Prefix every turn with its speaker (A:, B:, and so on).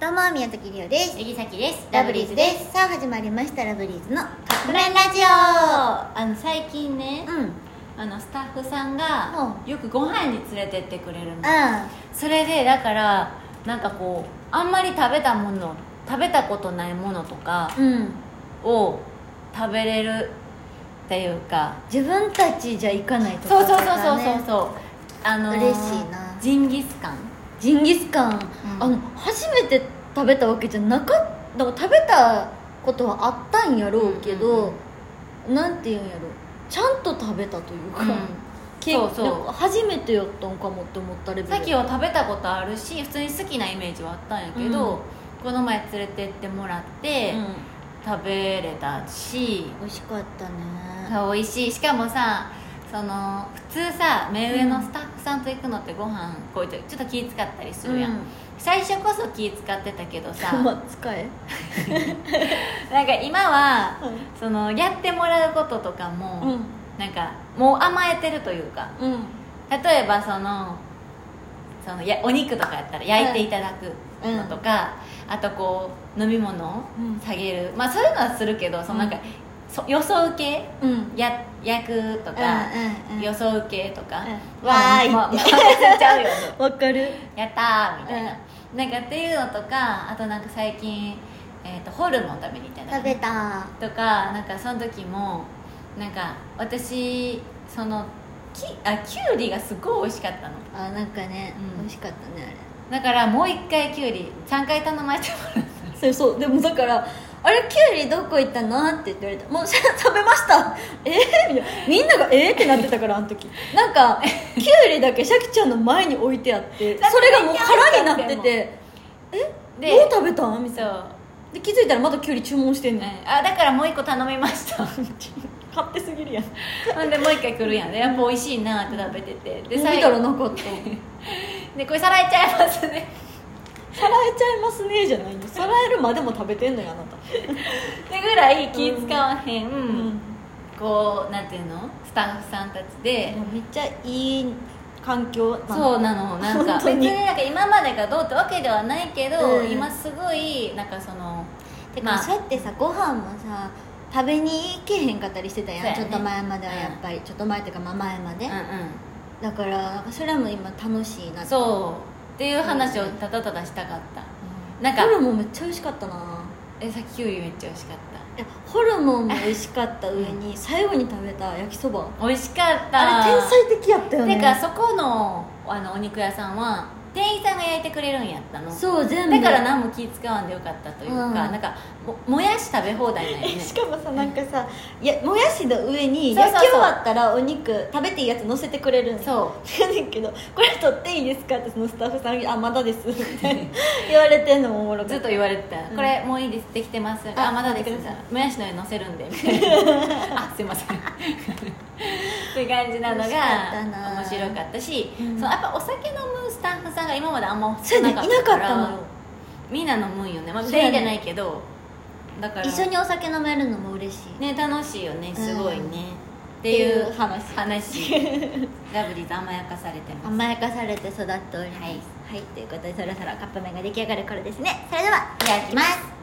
A: どうも宮崎りおです
B: ゆりさきです
A: ラブリーズですさあ始まりましたラブリーズのカップ麺ラジ
B: あの最近ね、
A: オうんうん
B: あのスタッフさんがよくご飯に連れてってくれるの
A: あ
B: それでだからなんかこうあんまり食べたもの食べたことないものとか
A: うん
B: を食べれるっていうか
A: 自分たちじゃ行かないと
B: そうそうそ
A: だ
B: う
A: から
B: そう
A: ね
B: そうそうあのー
A: 嬉しいな
B: ジンギスカン
A: ジンギスカン、
B: うん
A: あの初めて食べたわけじゃなかっただから食べたことはあったんやろうけ
B: うん
A: ど、なんて言うんやろちゃんと食べたというか、け
B: そうそう
A: なんか初めてやったんかもって思ったレベル
B: さっきは食べたことあるし普通に好きなイメージはあったんやけ
A: う
B: ど、
A: ん
B: この前連れてってもらって、
A: うん
B: 食べれたし
A: 美味しかったね
B: 美味しいしかもさその普通さ目上のスタッフさんと行くのってご飯こうちょちょっと気使ったりするやん、
A: うん
B: 最初こそ気使ってたけど さ
A: まあ使え
B: なんか今は
A: うん
B: そのやってもらうこととかも、
A: うん
B: なんかもう甘えてるというか
A: うん
B: 例えばそのそのやお肉とかやったら焼いていただくのとか、あとこう飲み物を
A: うん
B: 下げる、まあそういうのはするけどそのなんか、
A: うん
B: そ予想受け
A: うん
B: や焼くとか、予想受けとか、
A: うんわーい
B: まあまあ、忘れちゃうよ
A: わかる
B: やったーみたいな、なんかっていうのとかあとなんか最近、えー、とホルモン食べに行ったり
A: 食べた
B: とかなんかその時もなんか私そのきあきゅうりがすごい美味しかったの
A: あなんかね、
B: うん
A: 美味しかったねあれ
B: だからもう一回きゅうり3回頼まれてもらっ
A: そうそうでもだから「あれキュウリどこ行ったの?」って言って言われた「もう 食べました」えー、みたいなみんなが「えー?」ってなってたからあの時なんかキュウリだけシャキちゃんの前に置いてあって
B: だって
A: それがもう空になって
B: キュウ
A: て「え
B: で
A: もう食べたん?」みた
B: た
A: い
B: そ
A: な
B: う、
A: で気づいたらまだキュウリ注文してん
B: うん
A: ねん
B: あだからもう一個頼みました
A: 勝手すぎるやん
B: ほんでもう一回来るやんでやっぱ美味しいなって食べててで
A: 見たらなかった
B: でこれさらえちゃいますね
A: さらえちゃいますねじゃないのさらえるまでも食べてんのよあなた
B: ってぐらい気使わへ
A: う
B: ん、
A: ん
B: こうなんていうのスタッフさんたちで、
A: めっちゃいい環境
B: そうなのなんか
A: 本当
B: 別
A: に
B: になんか今までがどうってわけではないけど、
A: うん
B: 今すごいなんかその
A: てか、
B: まあ
A: そうやってさご飯もさ食べに行けへんかったりしてたやん、
B: そうや
A: ち
B: ね
A: ょっと前まではやっぱり、ちょっと前っていうかまあ前まで、
B: うん
A: だからなんかそれはもう今楽しいなっ
B: うん
A: て
B: そうっていう話をただただしたかった
A: うん
B: なんか
A: ホルモンめっちゃ美味しかったな
B: えさっきキュウリめっちゃ美味しかっ
A: いやホルモンも美味しかった上 に最後に食べた焼きそば
B: た美味しかった
A: あれ天才的やったよね
B: てかそこのあのお肉屋さんは店員さんが焼いてくれるんやったの
A: そう全部
B: だから何も気使わんでよかったというか、
A: うん
B: なんかももやし食べ放題なんよ
A: え
B: ね
A: しかもさなんかさいやもやしの上に
B: そうそう
A: 焼
B: そう
A: き終わったらお肉食べていいやつ乗せてくれるんう
B: そう
A: やねんけど「これ取っていいですか?」ってそのスタッフさんに「あまだ です」みたいな言われてんのもおもろか
B: ずっと
A: 言
B: 言われてた、
A: うん
B: これもういいですできてます
A: あ
B: あまだで
A: 待
B: す
A: ってくださ
B: もやしの上に乗せ るんでみたいなあすいませんって感じなのが
A: 美味しかったな
B: 面白かったし、
A: うん
B: そのやっぱお酒飲むスタッフさんが今まであんま
A: そう
B: 少
A: やね
B: なん
A: い
B: か
A: な
B: っ
A: か
B: たか
A: っ
B: ら
A: たのよ
B: みんな飲むんよね、まあ、
A: そうや
B: 全
A: ね
B: 員じゃないけどだから
A: 一緒にお酒飲めるのも嬉しい、
B: ね楽しいよねすごいね、
A: うん
B: ってい
A: っていうう話
B: 話ラブリーズ甘やかされてます
A: 甘やかされて育っております
B: はい、
A: はい、ということでそろそろカップ麺が出来上がる頃ですねそれではいい
B: た
A: た
B: だ
A: だ
B: き
A: き
B: ま
A: ますす